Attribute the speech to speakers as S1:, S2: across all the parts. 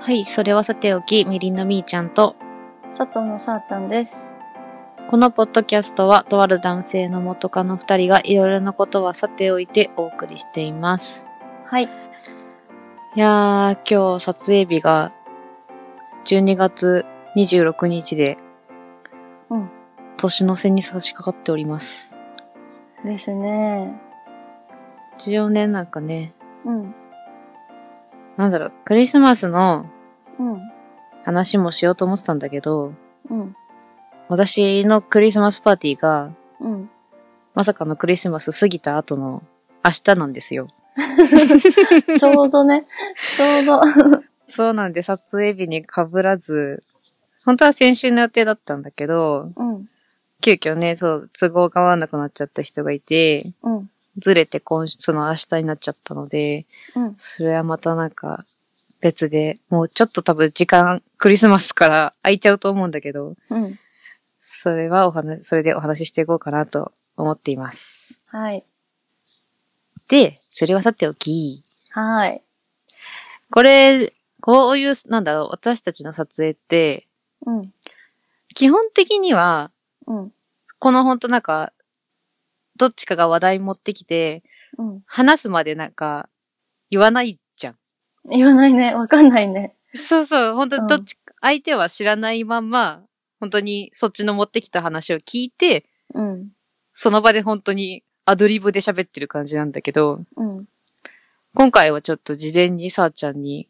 S1: はい、それはさておき、みりんのみーちゃんと、
S2: 佐藤のさあちゃんです。
S1: このポッドキャストは、とある男性の元カノ二人がいろいろなことはさておいてお送りしています。
S2: はい。
S1: いやー、今日撮影日が12月26日で、
S2: うん。
S1: 年の瀬に差し掛かっております。
S2: ですね。
S1: 一応ね、なんかね、
S2: うん。
S1: なんだろう、クリスマスの
S2: うん。
S1: 話もしようと思ってたんだけど、
S2: うん。
S1: 私のクリスマスパーティーが、
S2: うん。
S1: まさかのクリスマス過ぎた後の明日なんですよ。
S2: ちょうどね。ちょうど。
S1: そうなんで撮影日に被らず、本当は先週の予定だったんだけど、
S2: うん。
S1: 急遽ね、そう、都合が合わなくなっちゃった人がいて、
S2: うん。
S1: ずれて今週、その明日になっちゃったので、
S2: うん。
S1: それはまたなんか別で、もうちょっと多分時間、クリスマスから空いちゃうと思うんだけど、
S2: うん。
S1: それはお話、それでお話ししていこうかなと思っています。
S2: はい。
S1: で、それはさておき、
S2: はい。
S1: これ、こういう、なんだろう、私たちの撮影って、
S2: うん。
S1: 基本的には、
S2: うん。
S1: このほんとなんか、どっちかが話題持ってきて、
S2: うん。
S1: 話すまでなんか、言わないじゃん。
S2: 言わないね。わかんないね。
S1: そうそう、本
S2: う
S1: 当
S2: ん
S1: どっち、相手は知らないまんま、本当にそっちの持ってきた話を聞いて、
S2: うん。
S1: その場で本当にアドリブで喋ってる感じなんだけど、
S2: うん。
S1: 今回はちょっと事前にさあちゃんに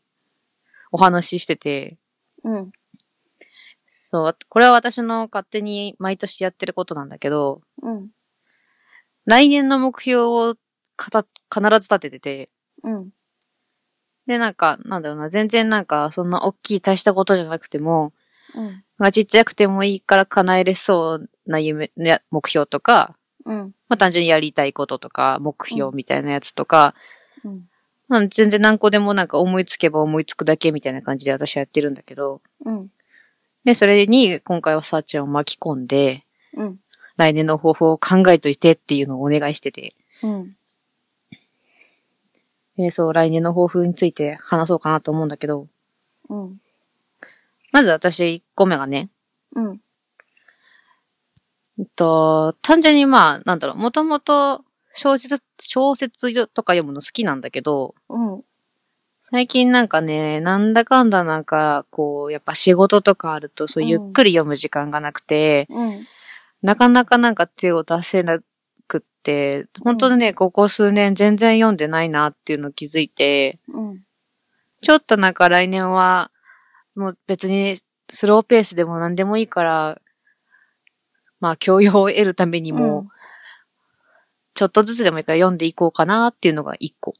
S1: お話ししてて、
S2: うん。
S1: そう、これは私の勝手に毎年やってることなんだけど、
S2: うん。
S1: 来年の目標をかた必ず立ててて、
S2: うん。
S1: で、なんか、なんだろうな、全然なんか、そんな大きい大したことじゃなくても、
S2: うん。
S1: まあちっちゃくてもいいから叶えれそうな夢、ね、目標とか、
S2: うん。
S1: まあ単純にやりたいこととか、目標みたいなやつとか、
S2: うん。
S1: まあ全然何個でもなんか思いつけば思いつくだけみたいな感じで私はやってるんだけど、
S2: うん。
S1: で、それに今回はさーちゃんを巻き込んで、
S2: うん。
S1: 来年の方法を考えといてっていうのをお願いしてて、
S2: うん。
S1: でそう、来年の抱負について話そうかなと思うんだけど、
S2: うん。
S1: まず私1個目がね、
S2: うん。
S1: えっと、単純にまあ、なんだろう、もともと小説、小説とか読むの好きなんだけど、
S2: うん。
S1: 最近なんかね、なんだかんだなんか、こう、やっぱ仕事とかあると、そう、
S2: うん
S1: ゆっくり読む時間がなくて、
S2: うん。
S1: なかなかなんか手を出せなくって、本当にね、ここ数年全然読んでないなっていうのを気づいて、
S2: うん。
S1: ちょっとなんか来年は、もう別にスローペースでも何でもいいから、まあ教養を得るためにも、ちょっとずつでもいいから読んでいこうかなっていうのが一個。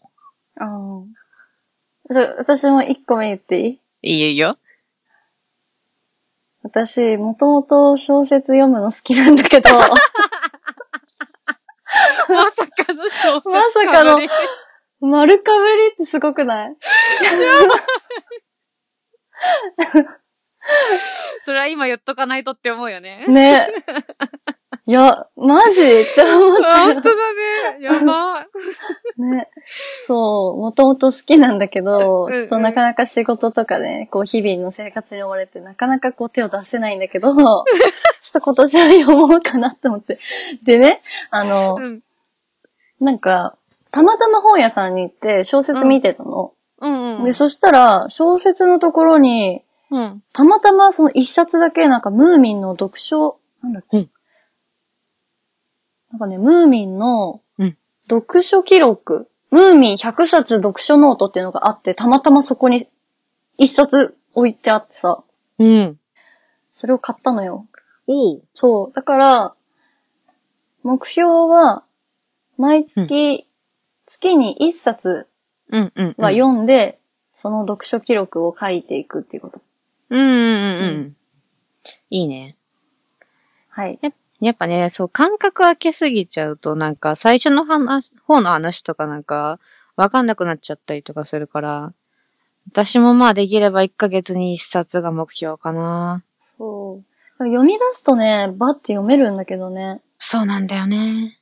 S2: ああ。それ私も一個目言っていい
S1: いいよいいよ。
S2: 私、もともと小説読むの好きなん だけど、
S1: まさかの小説
S2: まさかの
S1: ぶり
S2: 丸かぶりってすごくない
S1: それは今言っとかないとって思うよね。
S2: ね。いや、マジって思
S1: 本当だね。やば。
S2: う。ね。そう、もともと好きなんだけど、
S1: うん
S2: ちょっとなかなか仕事とかね、こう日々の生活に追われて、なかなかこう手を出せないんだ けど、ちょっと今年は読もうかなって思って。でね、あの、
S1: うん。
S2: なんか、たまたま本屋さんに行って小説見てたの。
S1: うんう
S2: で、
S1: ん。
S2: そしたら、小説のところに、
S1: うん。
S2: たまたまその一冊だけなんかムーミンの読書、なんだっけ、
S1: うん
S2: なんかね、ムーミンの
S1: うん
S2: 読書記録、ムーミン100冊読書ノートっていうのがあって、たまたまそこに一冊置いてあってさ、
S1: うん。
S2: それを買ったのよ。
S1: おう。
S2: そう。だから、目標は、毎月、月に一冊
S1: うんうん。
S2: は読んで、その読書記録を書いていくっていうこと。
S1: うんうんうんうん。いいね。
S2: はい。
S1: やっぱね、そう、感覚開けすぎちゃうと、なんか、最初の話、方の話とかなんか、わかんなくなっちゃったりとかするから、私もまあできれば1ヶ月に1冊が目標かな。
S2: そう。読み出すとね、バッて読めるんだけどね。
S1: そうなんだよね。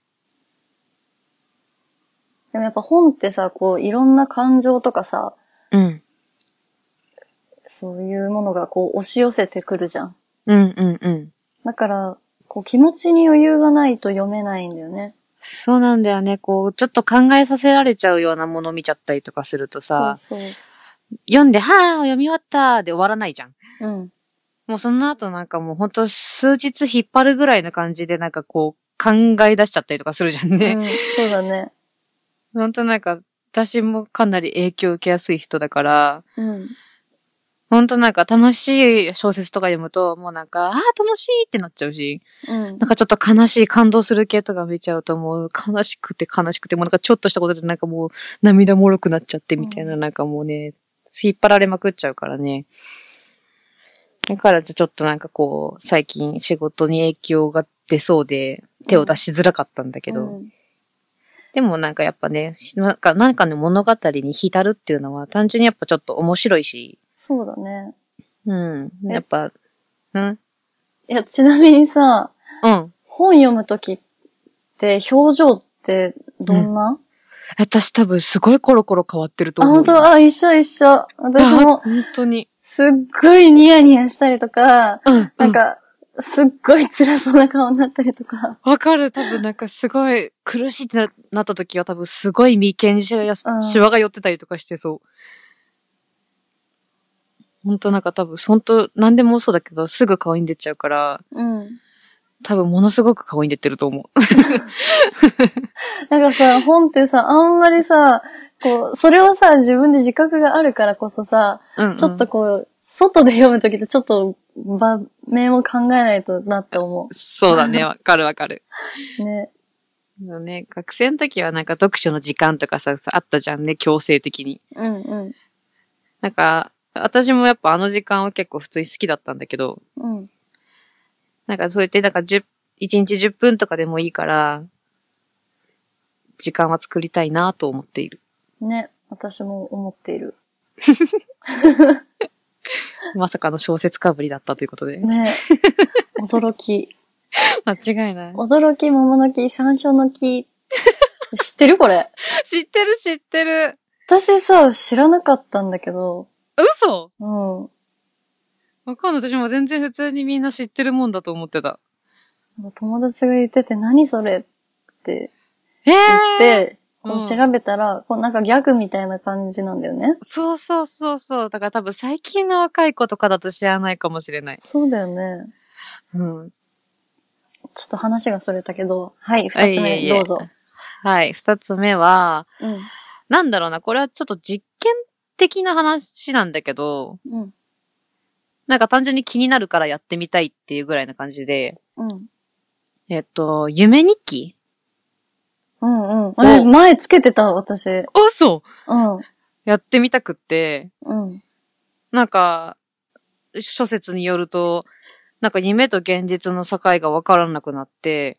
S2: でもやっぱ本ってさ、こう、いろんな感情とかさ、
S1: うん。
S2: そういうものがこう押し寄せてくるじゃん。
S1: うんうんうん。
S2: だから、こう気持ちに余裕がないと読めないんだよね。
S1: そうなんだよね。こう、ちょっと考えさせられちゃうようなもの見ちゃったりとかするとさ、
S2: そうそう。
S1: 読んで、はぁ、読み終わったで終わらないじゃん。
S2: うん。
S1: もうその後なんかもうほんと数日引っ張るぐらいの感じでなんかこう考え出しちゃったりとかするじゃん
S2: う
S1: ね。
S2: ん、そうだね。
S1: ほんとなんか私もかなり影響を受けやすい人だから、
S2: うん。
S1: ほんとなんか楽しい小説とか読むともうなんか、ああー楽しいってなっちゃうし、
S2: うん
S1: なん。かちょっと悲しい感動する系とか見ちゃうともう悲しくて悲しくてもうなんかちょっとしたことでなんかもう涙もろくなっちゃってみたいな、なんかもうね、引っ張られまくっちゃうからね。だからちょっとなんかこう、最近仕事に影響が出そうで手を出しづらかったんだけど、
S2: うん
S1: でもなんかやっぱね、なんか、なんかね物語に浸るっていうのは単純にやっぱちょっと面白いし、
S2: そうだね。
S1: うん、
S2: え
S1: やっぱ、うん、
S2: いや、ちなみにさ、
S1: うん。
S2: 本読むときって表情ってどんな、
S1: 私多分すごいコロコロ変わってると
S2: あ、
S1: 思うよ。
S2: 本当あ、一緒一緒。私
S1: あ
S2: も
S1: 本当に。
S2: すっごいニヤニヤしたりとか、
S1: うん。
S2: なんか、すっごい辛そうな顔になったりとか。
S1: わかる。多分なんかすごい苦しいってななった時は多分すごい眉間にしわやす
S2: うん
S1: シワが寄ってたりとかしてそう。ほんとなんか多分、ほんと何でもそうだけどすぐ顔に出ちゃうから、
S2: うん。
S1: 多分ものすごく顔に出てると思う。
S2: なんかさ、本ってさ、あんまりさ、こう、それをさ、自分で自覚があるからこそさ、
S1: うんうん
S2: ちょっと。こう、外で読むときってちょっと場面を考えないとなって思
S1: そうだね。わかるわかる。
S2: う。ね。
S1: あのね、学生の時はなんか読書の時間とかさ、さあったじゃんね、強制的に。
S2: うんうん。
S1: なんか、私もやっぱあの時間は結構普通に好きだったんだけど、
S2: うん。
S1: なんかそうやって、なんか10、1日10分とかでもいいから、時間は作りたいなと思っている。
S2: ね。私も思っている。
S1: まさかの小説かぶりだったということで。
S2: ね。驚き。
S1: 間違いない。
S2: 驚き、桃の木、山椒の木。知ってるこれ。
S1: 知ってる知ってる。
S2: 私さ、知らなかったんだけど、
S1: 嘘
S2: うん。
S1: わかんない。私も全然普通にみんな知ってるもんだと思ってた。
S2: 友達が言ってて、何それって
S1: え
S2: 言っ
S1: えー、
S2: て、こう
S1: うん
S2: 調べたら、こうなんかギャグみたいな感じなんだよね。
S1: そうそうそうそう。だから多分最近の若い子とかだと知らないかもしれない。
S2: そうだよね。
S1: うん。
S2: ちょっと話がそれたけど、はい、二つ
S1: あいえ
S2: 目、
S1: いえ
S2: どうぞ。
S1: はい。二つ目は、
S2: うん。
S1: なんだろうな。これはちょっと実験的な話なんだけど、
S2: うん。
S1: なんか単純に気になるからやってみたいっていうぐらいな感じで、
S2: うん。
S1: えっと、夢日記
S2: うんうん。え、
S1: お
S2: 前つけてた、私。うん。
S1: 嘘やってみたくって、
S2: うん。
S1: なんか、諸説によると、なんか夢と現実の境がわからなくなって、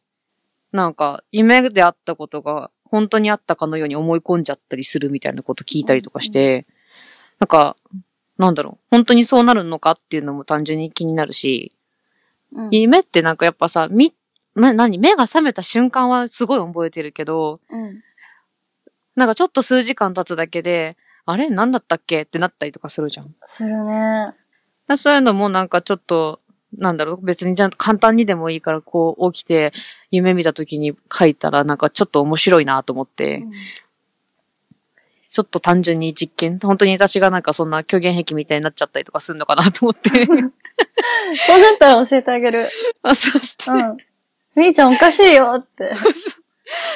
S1: なんか夢であったことが本当にあったかのように思い込んじゃったりするみたいなこと聞いたりとかして、なんか、なんだろう、本当にそうなるのかっていうのも単純に気になるし、
S2: うん。
S1: 夢ってなんかやっぱさ、み、な、何目が覚めた瞬間はすごい覚えてるけど、
S2: うん。
S1: なんかちょっと数時間経つだけで、あれ何だったっけってなったりとかするじゃん。だか
S2: するね。
S1: らそういうのもなんかちょっと、なんだろう、別にじゃん簡単にでもいいからこう起きて夢見た時に書いたらなんかちょっと面白いなと思って、
S2: うん
S1: ちょっと単純に実験、本当に私がなんかそんな虚言癖みたいになっちゃったりとかするのかなと思っ て、
S2: そうなったら教えてあげる。
S1: あそして、
S2: うん。みーちゃんおかしいよ って。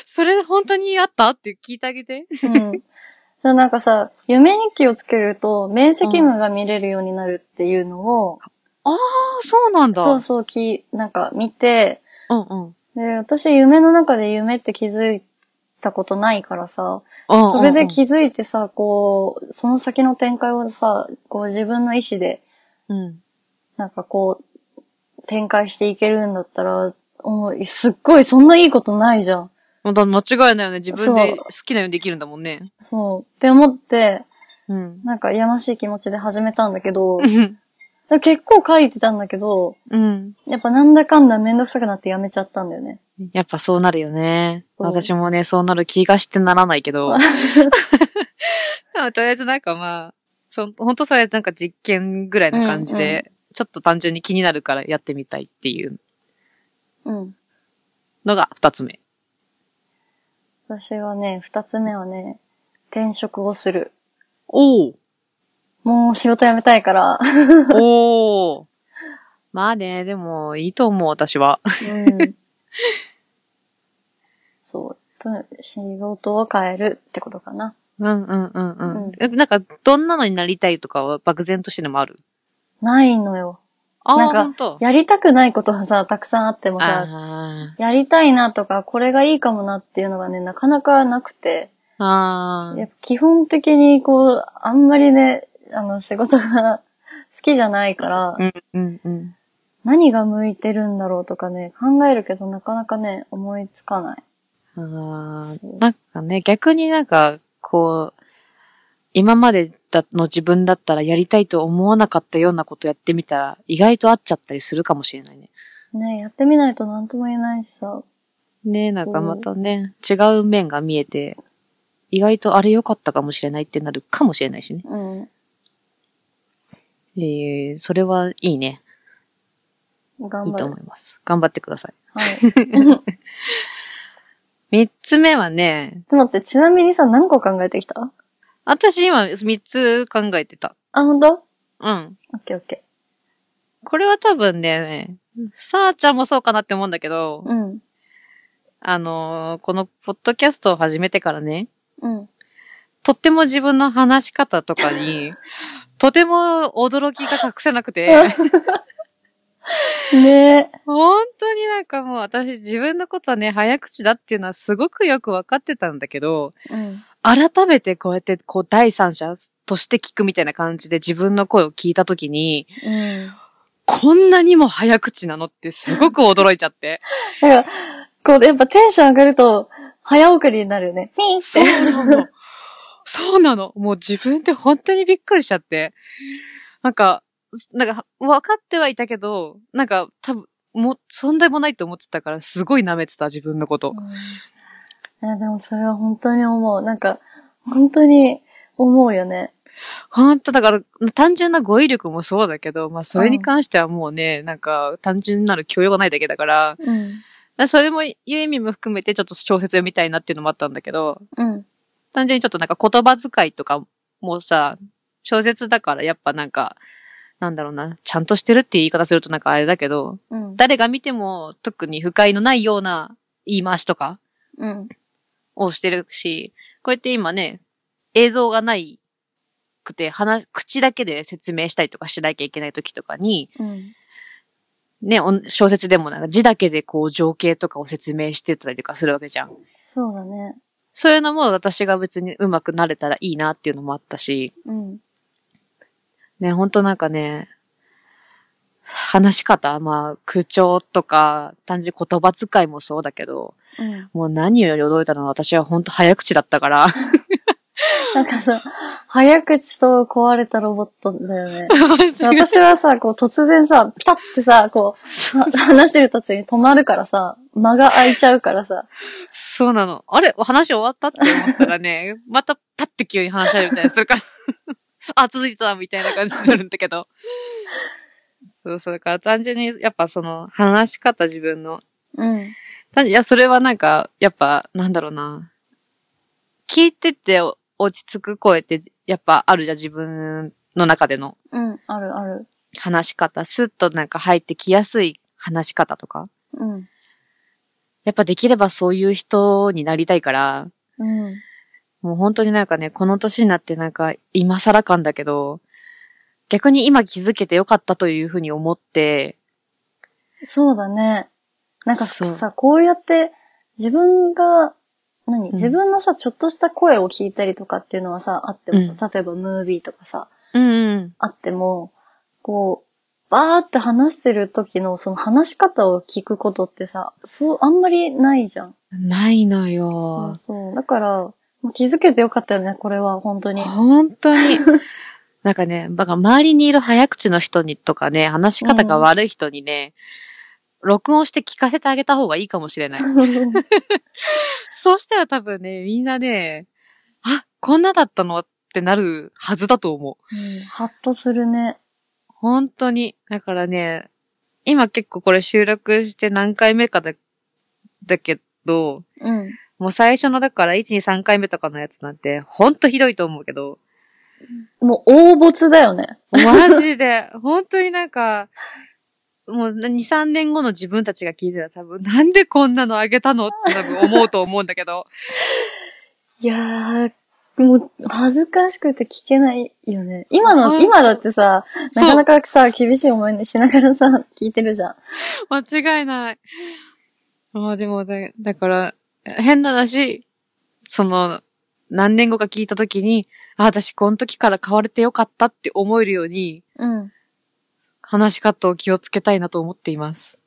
S1: それ本当にあったって聞いてあげて。
S2: うん。そうなんかさ、夢日記をつけると、明晰夢が見れるようになるっていうのを、
S1: あそうなんだ。
S2: そうそうき、なんか見て、
S1: うんうん。
S2: で、私夢の中で夢って気づいたことないからさ、
S1: そ
S2: それで気づいてさ、こう、その先の展開をさ、こう自分の意思で、
S1: うん。
S2: なんかこう、展開していけるんだったら、おいすっごいそんないいことないじゃん。
S1: まだ間違いないよね。自分で
S2: そう
S1: 好きなようにできるんだもんね。
S2: そう。って思って、
S1: うん。
S2: なんかやましい気持ちで始めたんだけど、
S1: うん
S2: だ結構書いてたんだけど、
S1: うん。
S2: やっぱなんだかんだめんどくさくなってやめちゃったんだよね。
S1: やっぱそうなるよね。
S2: そう
S1: 私も ね、そうなる気がしてならないけど。でもとりあえずなんかまあ、そ本当それなんか実験ぐらいな感じで、ちょっと単純に気になるからやってみたいっていう
S2: うん。
S1: のが二つ目。
S2: 私はね、二つ目はね、転職をする。
S1: おお
S2: もう仕事辞めたいから。
S1: おおまあね、でもいいと思う、私は。
S2: うん。そう。と仕事を変えるってことかな。
S1: うんうんうんうん
S2: うん。
S1: えなんか、どんなのになりたいとかは漠然としてでもある
S2: ないのよ。
S1: あ
S2: なん
S1: あ、
S2: か
S1: ほんと。
S2: やりたくないことはさ、たくさんあってもさ、
S1: あ
S2: やりたいなとか、これがいいかもなっていうのがね、なかなかなくて、
S1: あ。あ
S2: やっぱ基本的にこう、あんまりね、あの、仕事が 好きじゃないから
S1: あ。、うんうんうん。
S2: 何が向いてるんだろうとかね、考えるけどなかなかね、思いつかない。
S1: あ
S2: そう
S1: あ。なんかね、逆になんか、こう、今までだの自分だったらやりたいと思わなかったようなことやってみたら、意外と合っちゃったりするかもしれないね。
S2: ね、やってみないと何とも言えないしさ、
S1: ねなんかまたね、違う面が見えて、意外とあれ良かったかもしれないってなるかもしれないしね。
S2: うん。
S1: ええそれはいいね。い
S2: 頑
S1: い
S2: 張
S1: と
S2: る。
S1: 思います。頑張ってください。
S2: はい。
S1: 三つ目はね、
S2: ちょっと待って、ちなみにさ、何個考えてきた
S1: 私今三つ考えてた。
S2: あ、ほんと
S1: うん。
S2: オッケーオッケ
S1: これは多分ね、さあちゃんもそうかなって思うんだけど、
S2: ー。うん。
S1: あのーこのポッドキャストを始めてからね、
S2: うん。
S1: とっても自分の話し方とかに、とても驚きが隠せなくて、
S2: ね
S1: 本当になんかもう私自分のことはね、早口だっていうのはすごくよくわかってたんだけど、
S2: え。うん。
S1: 改めてこうやってこう第三者として聞くみたいな感じで自分の声を聞いたときに、
S2: うん。
S1: こんなにも早口なのってすごく驚いちゃって。
S2: なんか、こう、やっぱテンション上がると、早送りになるよね。ピンっ
S1: そう
S2: て。
S1: なの。そうなの。もう自分で本当にびっくりしちゃって。なんか、なんか分かってはいたけど、なんか多分、もう、そんでもないと思ってたから、すごい舐めてた、自分のこと。
S2: いや、でもそれは本当に思う。なんか、本当に思うよね。
S1: 本当だから、単純な語彙力もそうだけど、まあ、それに関してはもうね、なんか、単純なる教養がないだけだから、
S2: うん。
S1: だそれもいう意味も含めてちょっと小説読みたいなっていうのもあったんだけど、
S2: うん。
S1: 単純にちょっとなんか言葉遣いとかもさ、小説だからやっぱなんか、なんだろうな、ちゃんとしてるっていう言い方するとなんかあれだけど、
S2: うん。
S1: 誰が見ても特に不快のないような言い回しとか
S2: うん。
S1: をしてるし、こうやって今ね、映像がないくて、話、口だけで説明したりとかしなきゃいけない時とかに、
S2: うん。
S1: ね、おん小説でもなんか字だけでこう情景とかを説明してたりとかするわけじゃん。
S2: そうだね。
S1: そういうのも私が別に上手くなれたらいいなっていうのもあったし、
S2: うん。
S1: ね、ほんとなんかね、話し方、まあ、口調とか、単純に言葉遣いもそうだけど、
S2: うん。
S1: もう何より驚いたのは私はほんと早口だったから、
S2: なんかさ、早口と壊れたロボットだよ ね。
S1: 私
S2: 私はさ、こう突然さ、ピタってさ、こ う、は話してる途中に止まるからさ、間が空いちゃうからさ、
S1: そうなの。あれ話終わったって思ったらね、 またパッて急に話し合うみたいなするから、 あ、続いてたみたいな感じになるんだけど。そうそう、だから単純にやっぱその話し方自分の
S2: うん。
S1: たいや、それはなんか、やっぱ、なんだろうな。聞いててお落ち着く声って、やっぱあるじゃん、自分の中での
S2: うん、あるある。
S1: 話し方。スッとなんか入ってきやすい話し方とか。
S2: うん。
S1: やっぱできればそういう人になりたいから、
S2: うん。
S1: もう本当になんかね、この年になってなんか、今更感だけど、逆に今気づけてよかったというふうに思って、
S2: そうだね。なんか
S1: そう
S2: さ、こうやって、自分が、何
S1: ん
S2: 自分のさ、ちょっとした声を聞いたりとかっていうのはさ、あってもさ、
S1: う
S2: 例えばムービーとかさ、
S1: うん、うん。
S2: あっても、こう、バーって話してる時のその話し方を聞くことってさ、そう、あんまりないじゃん。
S1: ないの
S2: そ
S1: よ
S2: う。そう。だから、もう気づけてよかったよね、これは、本当に。
S1: 本当に。 なんかね、だから周りにいる早口の人にとかね、話し方が悪い人にね、録音して聞かせてあげた方がいいかもしれない。そうしたら多分ね、みんなね、あ、こんなだったのっってなるはずだと思う。
S2: うん、ハッとするね。
S1: 本当に。だからね、今結構これ収録して何回目かだ、だけど、
S2: うん。
S1: もう最初のだから1、2、3回目とかのやつなんて、ほんとひどいと思うけど、
S2: もう大没だよね。
S1: マジで、本当になんか、もう2、3年後の自分たちが聞いてたら多分、なんでこんなのあげたのって多分思うと思うんだけど、
S2: いやー、もう恥ずかしくて聞けないよね。今
S1: ほん
S2: の、
S1: と
S2: 今だってさ、な
S1: そう
S2: かなかさ、厳しい思いしながらさ、聞いてるじゃん。
S1: 間違いない。まあでもだ、だから、変な話、その、何年後か聞いた時に、あ、私この時から変われてよかったって思えるように、
S2: うん。
S1: 話し方を気をつけたいなと思っています。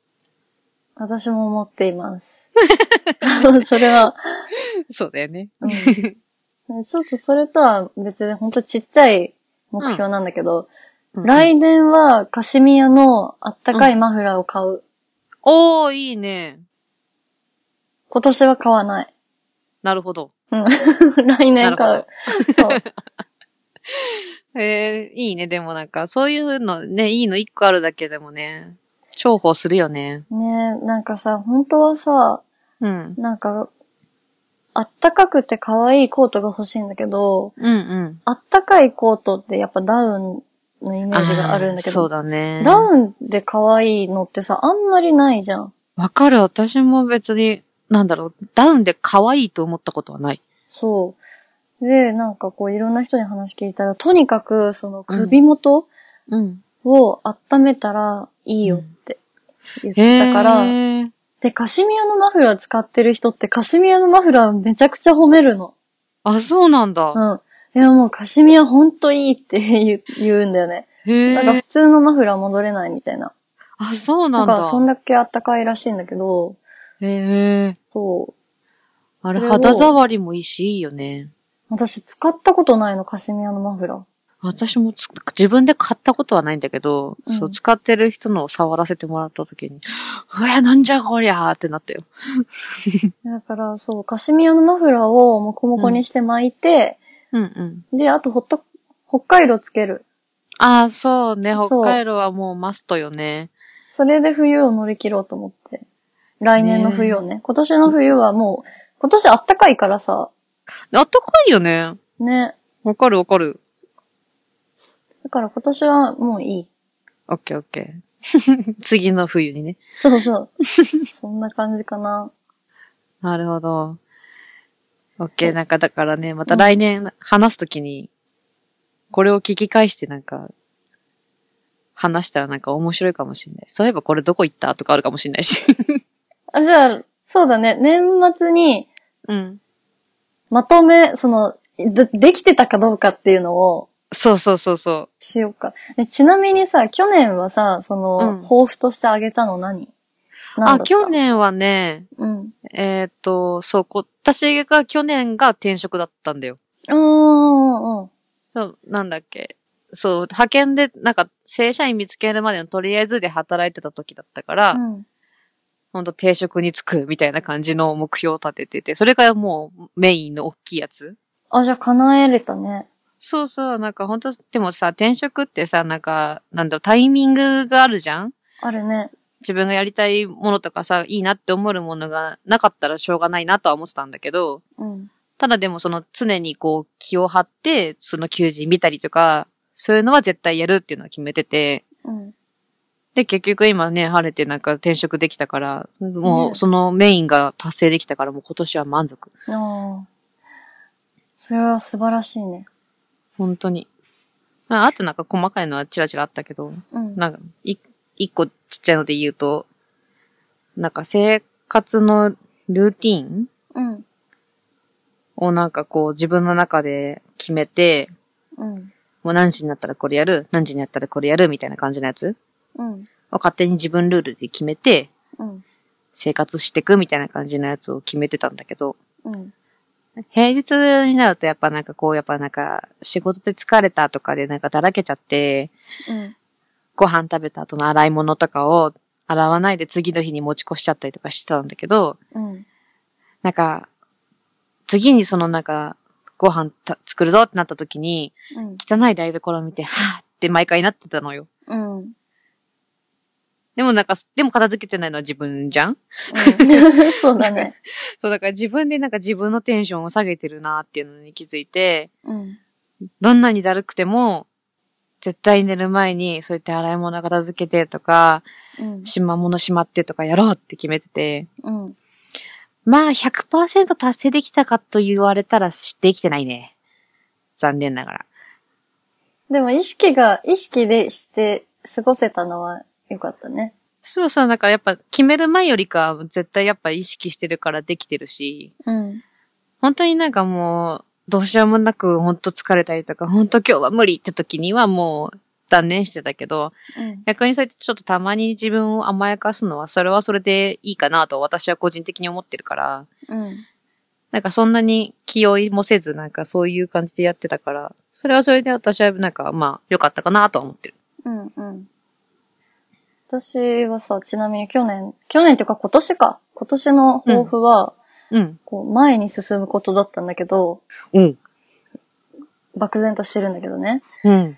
S2: 私も思ってい ます。それは、
S1: そうだよね。
S2: うん、ちょっとそれとは別で、ほんとちっちゃい目標なんだけど、
S1: ン。
S2: 来年はカシミヤのあったかいマフラーを買う。
S1: おー、いいね。
S2: 今年は買わない。
S1: なるほど。
S2: うん。来年
S1: な
S2: 買
S1: る
S2: う。そう。
S1: えー、いいね。でもなんか、そういうのね、いいの一個あるだけでもね、重宝するよね。
S2: ねえ、なんかさ、本当はさ、
S1: うん。
S2: なんか、あったかくて可愛いコートが欲しいんだけど、
S1: うんうん。
S2: あったかいコートってやっぱダウンのイメージがあるんだけ
S1: ーそう
S2: ど、
S1: だね。
S2: ダウンで可愛いのってさ、あんまりないじゃん。
S1: わかる。私も別に、なんだろう、ダウンで可愛いと思ったことはない。
S2: そう。で、なんかこういろんな人に話聞いたら、とにかくその首元
S1: うん。
S2: を温めたらいいよって言ったから、
S1: へー
S2: で、カシミヤのマフラー使ってる人ってカシミヤのマフラーめちゃくちゃ褒めるの。
S1: あ、そうなんだ。
S2: うん。いやもうカシミヤほんといいって 言う言うんだよね。
S1: へ
S2: なんか
S1: え
S2: 普。通のマフラー戻れないみたいな。
S1: あ、そうな
S2: だ
S1: ん
S2: からそん
S1: だ。
S2: だけあったかいらしいんだけど、
S1: へえ。
S2: そう。
S1: あれ、
S2: それを
S1: 肌触りもいいし、いいよね。
S2: 私使ったことないの、カシミヤのマフラー。
S1: 私もつ自分で買ったことはないんだけど、
S2: うん
S1: そう、使ってる人のを触らせてもらった時に、うわ、なんじゃこりゃーってなったよ。
S2: だからそう、カシミヤのマフラーをモコモコにして巻いて、
S1: うんうん。
S2: で、あとほっと、北海道つける。
S1: ああ、そうね。
S2: そう
S1: 北海道はもうマストよね。
S2: それで冬を乗り切ろうと思って。来年の冬をね。今年の冬はもう、今年あったかいからさ、
S1: あったかいよね。
S2: ね。
S1: わかるわかる。
S2: だから今年はもういい。
S1: オッケーオッケー。 次の冬にね。
S2: そうそう。 そんな感じかな。
S1: なるほど。オッケー、なんかだからね、また来年話すときに、これを聞き返してなんか、話したらなんか面白いかもしれない。そういえばこれどこ行ったとかあるかもしれないし。
S2: あ、じゃあ、そうだね。年末に、
S1: うん。
S2: まとめ、その、で、できてたかどうかっていうのを
S1: そうそうそうそ
S2: しようか。えちなみにさ、去年はさ、その、
S1: うん
S2: 抱負としてあげたの何
S1: う。
S2: 何
S1: あ、
S2: だった
S1: 去。年はね、
S2: うん。
S1: えーっと、そう、こ私が去年が転職だったんだよ。
S2: うんうんうん。
S1: そう、なんだっけ。そう、派遣で、なんか、正社員見つけるまでのとりあえずで働いてた時だったから、
S2: うん。
S1: ほんと定職に就くみたいな感じの目標を立ててて、それがもうメインの大きいやつ。
S2: あ、じゃあ叶えれたね。
S1: そうそう、なんかほんと、でもさ、転職ってさ、なんか、なんだろう、タイミングがあるじゃん
S2: あるね。
S1: 自分がやりたいものとかさ、いいなって思えるものがなかったらしょうがないなとは思ってたんだけど、
S2: うん。
S1: ただでもその常にこう気を張って、その求人見たりとか、そういうのは絶対やるっていうのは決めてて、
S2: うん。
S1: で、結局今ね、晴れてなんか転職できたから、も
S2: ね
S1: うそのメインが達成できたから、もう今年は満足。
S2: ああ。それは素晴らしいね。
S1: 本当に。ああとなんか細かいのはチラチラあったけど、
S2: うん。
S1: なんか、い、一個ちっちゃいので言うと、なんか生活のルーティン
S2: うん。
S1: をなんかこう自分の中で決めて、
S2: うん。
S1: もう何時になったらこれやる、何時になったらこれやるみたいな感じのやつ
S2: うん。
S1: を勝手に自分ルールで決めて、
S2: うん。
S1: 生活していくみたいな感じのやつを決めてたんだけど、
S2: うん。
S1: 平日になるとやっぱなんかこう、やっぱなんか仕事で疲れたとかでなんかだらけちゃって、
S2: うん。
S1: ご飯食べた後の洗い物とかを洗わないで次の日に持ち越しちゃったりとかしてたんだけど、
S2: うん。
S1: なんか、次にそのなんか、ご飯た作るぞってなった時に、汚い台所を見て、はぁって毎回なってたのよ。
S2: うん。うん。
S1: でもなんか、でも片付けてないのは自分じゃん
S2: そうだね。
S1: そう、だから自分でなんか自分のテンションを下げてるなっていうのに気づいて、
S2: うん。
S1: どんなにだるくても、絶対寝る前に、そうやって洗い物片付けてとか、
S2: うん。
S1: しま物しまってとかやろうって決めてて、
S2: うん。
S1: まあ100%達成できたかと言われたらしできてないね。残念ながら。
S2: でも意識が、意識でして過ごせたのは良かったね。
S1: そうそう、だからやっぱ決める前よりかは絶対やっぱ意識してるからできてるし、
S2: うん。
S1: 本当になんかもう、どうしようもなく本当疲れたりとか、本当今日は無理って時にはもう断念してたけど、
S2: うん。
S1: 逆にそうやってちょっとたまに自分を甘やかすのはそれはそれでいいかなと私は個人的に思ってるから、
S2: うん。
S1: なんかそんなに気負いもせずなんかそういう感じでやってたから、それはそれで私はなんかまあ良かったかなとは思ってる。
S2: うん。うん。私はさ、ちなみに去年、去年っていうか今年か。今年の抱負は、
S1: うん。
S2: こう、前に進むことだったんだけど、
S1: うん。
S2: 漠然としてるんだけどね。
S1: うん。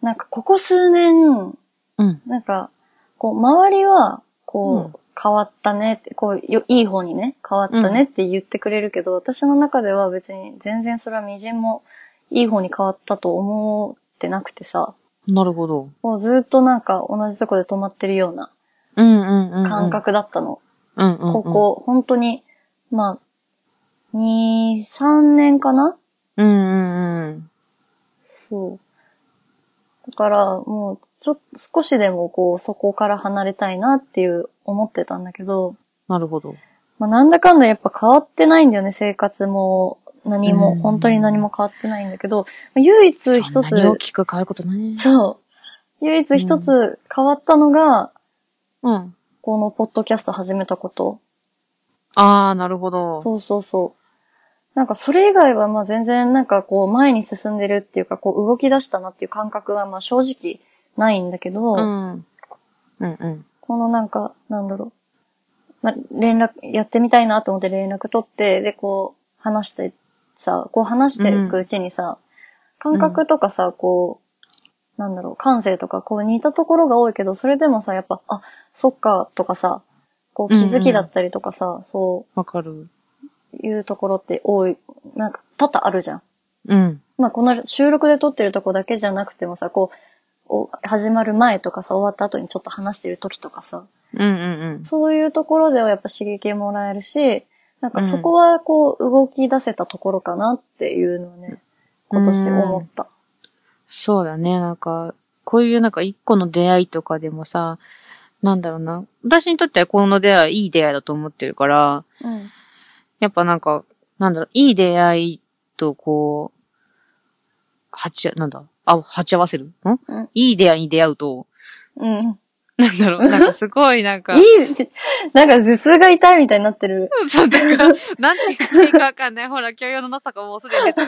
S2: なんかここ数年、
S1: うん。
S2: なんか、こう、周りは、こう、
S1: う
S2: 変わったねって、こう、よいい方にね、変わったねって言ってくれるけど、私の中では別に全然それは微塵もいい方に変わったと思ってなくてさ、
S1: なるほど。
S2: もうずっとなんか同じとこで止まってるような
S1: うんうんうん。
S2: 感。覚だったの。
S1: うんうん、うん。
S2: ここ、本当に、まあ、2、3年かな
S1: うんうんうん。
S2: そう。だから、もう、ちょっと少しでもこう、そこから離れたいなっていう思ってたんだけど、
S1: なるほど。
S2: まあ、なんだかんだやっぱ変わってないんだよね、生活も、何
S1: う
S2: も、
S1: ん
S2: 本当に何も変わってないんだけど、まあ唯一一
S1: そんなに大
S2: つ、
S1: きく変わることない。
S2: そう、唯一一つ変わったのが、
S1: うん。
S2: このポッドキャスト始めたこと。
S1: ああ、なるほど。
S2: そうそうそう。なんかそれ以外はまあ全然なんかこう前に進んでるっていうかこう動き出したなっていう感覚はまあ正直ないんだけど、
S1: うん。うんうん。
S2: このなんか、なんだろう。まあ、連絡、やってみたいなと思って連絡取って、で、こう、話して、さ、こう話していくうちにさ、感覚とかさ、こう、なんだろう、感性とか、こう似たところが多いけど、それでもさ、やっぱ、あ、そっか、とかさ、こう気づきだったりとかさ、そ
S1: わかる。
S2: ういうところって多い、なんか、多々あるじゃん。
S1: うん。
S2: まあ、この収録で撮ってるとこだけじゃなくてもさ、こう、お始まる前とかさ、終わった後にちょっと話してる時とかさ、
S1: うんうん
S2: そういうところではやっぱ刺激もらえるし、なんかそこはこう動き出せたところかなっていうのをね、今年思った。
S1: そうだね。なんか、こういうなんか一個の出会いとかでもさ、なんだろうな。私にとってはこの出会い、いい出会いだと思ってるから、
S2: うん。
S1: やっぱなんか、なんだろう、いい出会いとこう、鉢、なんだ、あ、鉢合わせるん
S2: うん
S1: いい出会いに出会うと、
S2: うん。
S1: なんだろう、なんかすごいなんか
S2: い、い、なんか頭痛が痛いみたいになってる。
S1: そう、なんか、なんて言っていいかわかんない。ほら、教養のなさがもうすでに出た。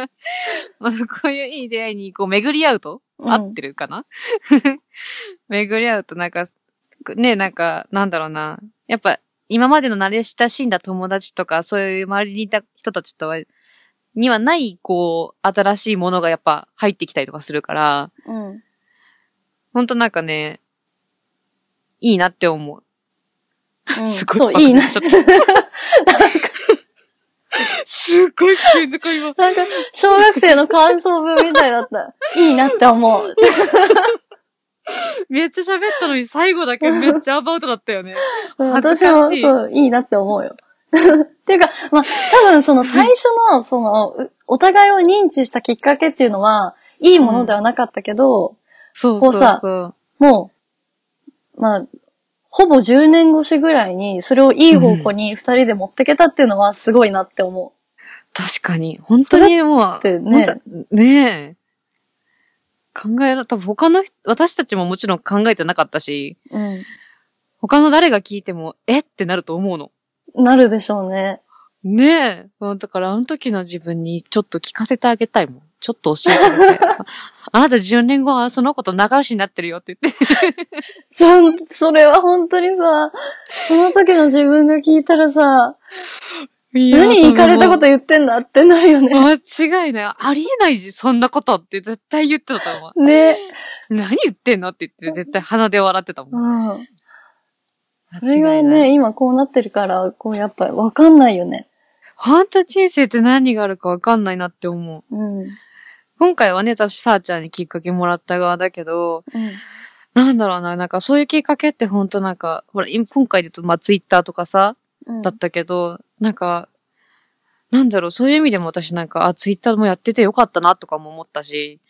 S1: まあこういういい出会いに、こう、巡り合うと、
S2: うん
S1: 合ってるかな 巡り合うと、なんか、ね、なんか、なんだろうな。やっぱ、今までの慣れ親しんだ友達とか、そういう周りにいた人たちとは、にはない、こう、新しいものがやっぱ入ってきたりとかするから、
S2: うん。
S1: ほんとなんかね、いいなって思う。
S2: うん、
S1: すごい
S2: そう、
S1: 漠然
S2: いいな
S1: と。しちゃった。 すっごい急に声が。
S2: なんか、小学生の感想文みたい だった。いいなって思う。
S1: めっちゃ喋ったのに最後だけめっちゃアバウトだったよね。恥ず
S2: 私
S1: か
S2: も、
S1: しい
S2: そう、いいなって思うよ。 っていうか、まあ、多分その最初の、その、うお互いを認知したきっかけっていうのは、いいものではなかったけど、
S1: そう
S2: こ
S1: そうう
S2: さ
S1: そう。
S2: もう、まあ、ほぼ10年越しぐらいに、それをいい方向に二人で持ってけたっていうのはすごいなって思
S1: 確かに。本当にもう、
S2: う。でね。
S1: 本当ねえ。考えら、多分他の人、私たちももちろん考えてなかったし、
S2: う
S1: 他の誰が聞いても、えってなると思うの。
S2: ん。なるでしょうね。
S1: ねえ。うんだから、あの時の自分にちょっと聞かせてあげたいもん。ちょっと教えてあげたい。 ああなた10年後はその子と仲良しになってるよって言って。
S2: そ、それは本当にさ、その時の自分が聞いたらさ、何行かれたこと
S1: と
S2: 言ってんだってなるよね。
S1: 間違いない。ありえないじ、そんなことって絶対言ってたと思う。
S2: ね。
S1: 何言ってんのって言って絶対鼻で笑ってたもん。
S2: うん。それ
S1: 間違
S2: が
S1: いない。
S2: ね、今こうなってるから、こうやっぱわかんないよね。
S1: 本当人生って何があるかわかんないなって思う。
S2: うん。うん。
S1: 今回はね、私、さーちゃんにきっかけもらった側だけど、なんだろうな、なんかそういうきっかけってほんとなんか、ほら、今今回で言うと、まあ、ツイッターとかさ、
S2: うん
S1: だったけど、なんか、なんだろう、そういう意味でも私なんか、あ、ツイッターもやっててよかったなとかも思ったし、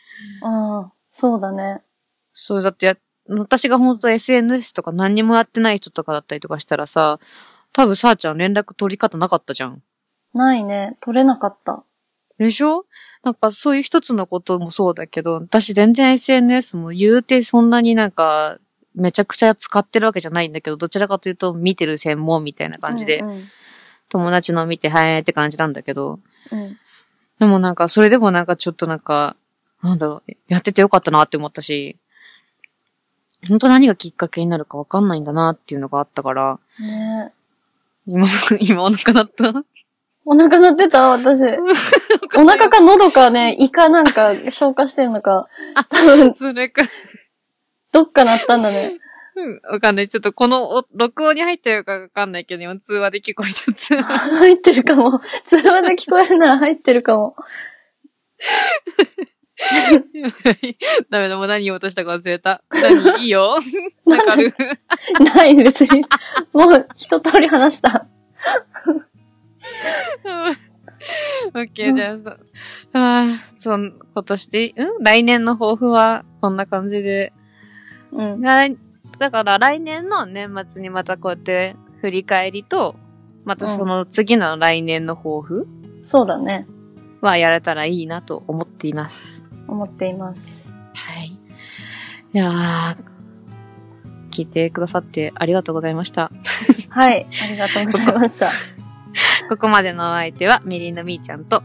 S2: ああ、そうだね。
S1: そう、だってや、私が本当 SNS とか何にもやってない人とかだったりとかしたらさ、多分さーちゃん連絡取り方なかったじゃん。
S2: ないね。取れなかった。
S1: でしょなんかそういう一つのこともそうだけど、私全然 SNS も言うてそんなになんか、めちゃくちゃ使ってるわけじゃないんだけど、どちらかというと見てる専門みたいな感じで、
S2: うんうん。
S1: 友達の見て、はいって感じなんだけど、
S2: うん
S1: でもなんかそれでもなんかちょっとなんか、なんだろう、やっててよかったなって思ったし、本当何がきっかけになるかわかんないんだなっていうのがあったから、
S2: ね
S1: 今、今お腹鳴った
S2: お腹鳴ってた私。お腹か喉かね、胃かなんか消化してるのか、多分、
S1: それか。
S2: どっか鳴ったんだね。
S1: うんわかんない。ちょっとこのお録音に入ってるかわかんないけど、今通話で聞こえちゃった。
S2: 入ってるかも。通話で聞こえるなら入ってるかも。
S1: ダメだ、もう何言おうとしたか忘れた。何いいよわかる
S2: ない、別に。もう一通り話した。
S1: オッケー、じゃあ、そあーそん、今年、うん来年の抱負は、こんな感じで。
S2: うん。
S1: 来だから来年の年末にまたこうやって振り返りと、またその次の来年の抱負
S2: そうだね。
S1: はやれたらいいなと思っています。
S2: 思っています。
S1: はい。いやー聞いてくださってありがとうございました。
S2: はい。ありがとうございました。
S1: ここまでのお相手はみりんのみーちゃんと、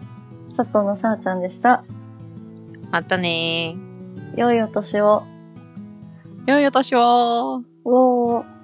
S2: 佐藤のさあちゃんでした。
S1: またねー。
S2: 良いお年を。
S1: 良いお年を
S2: おー。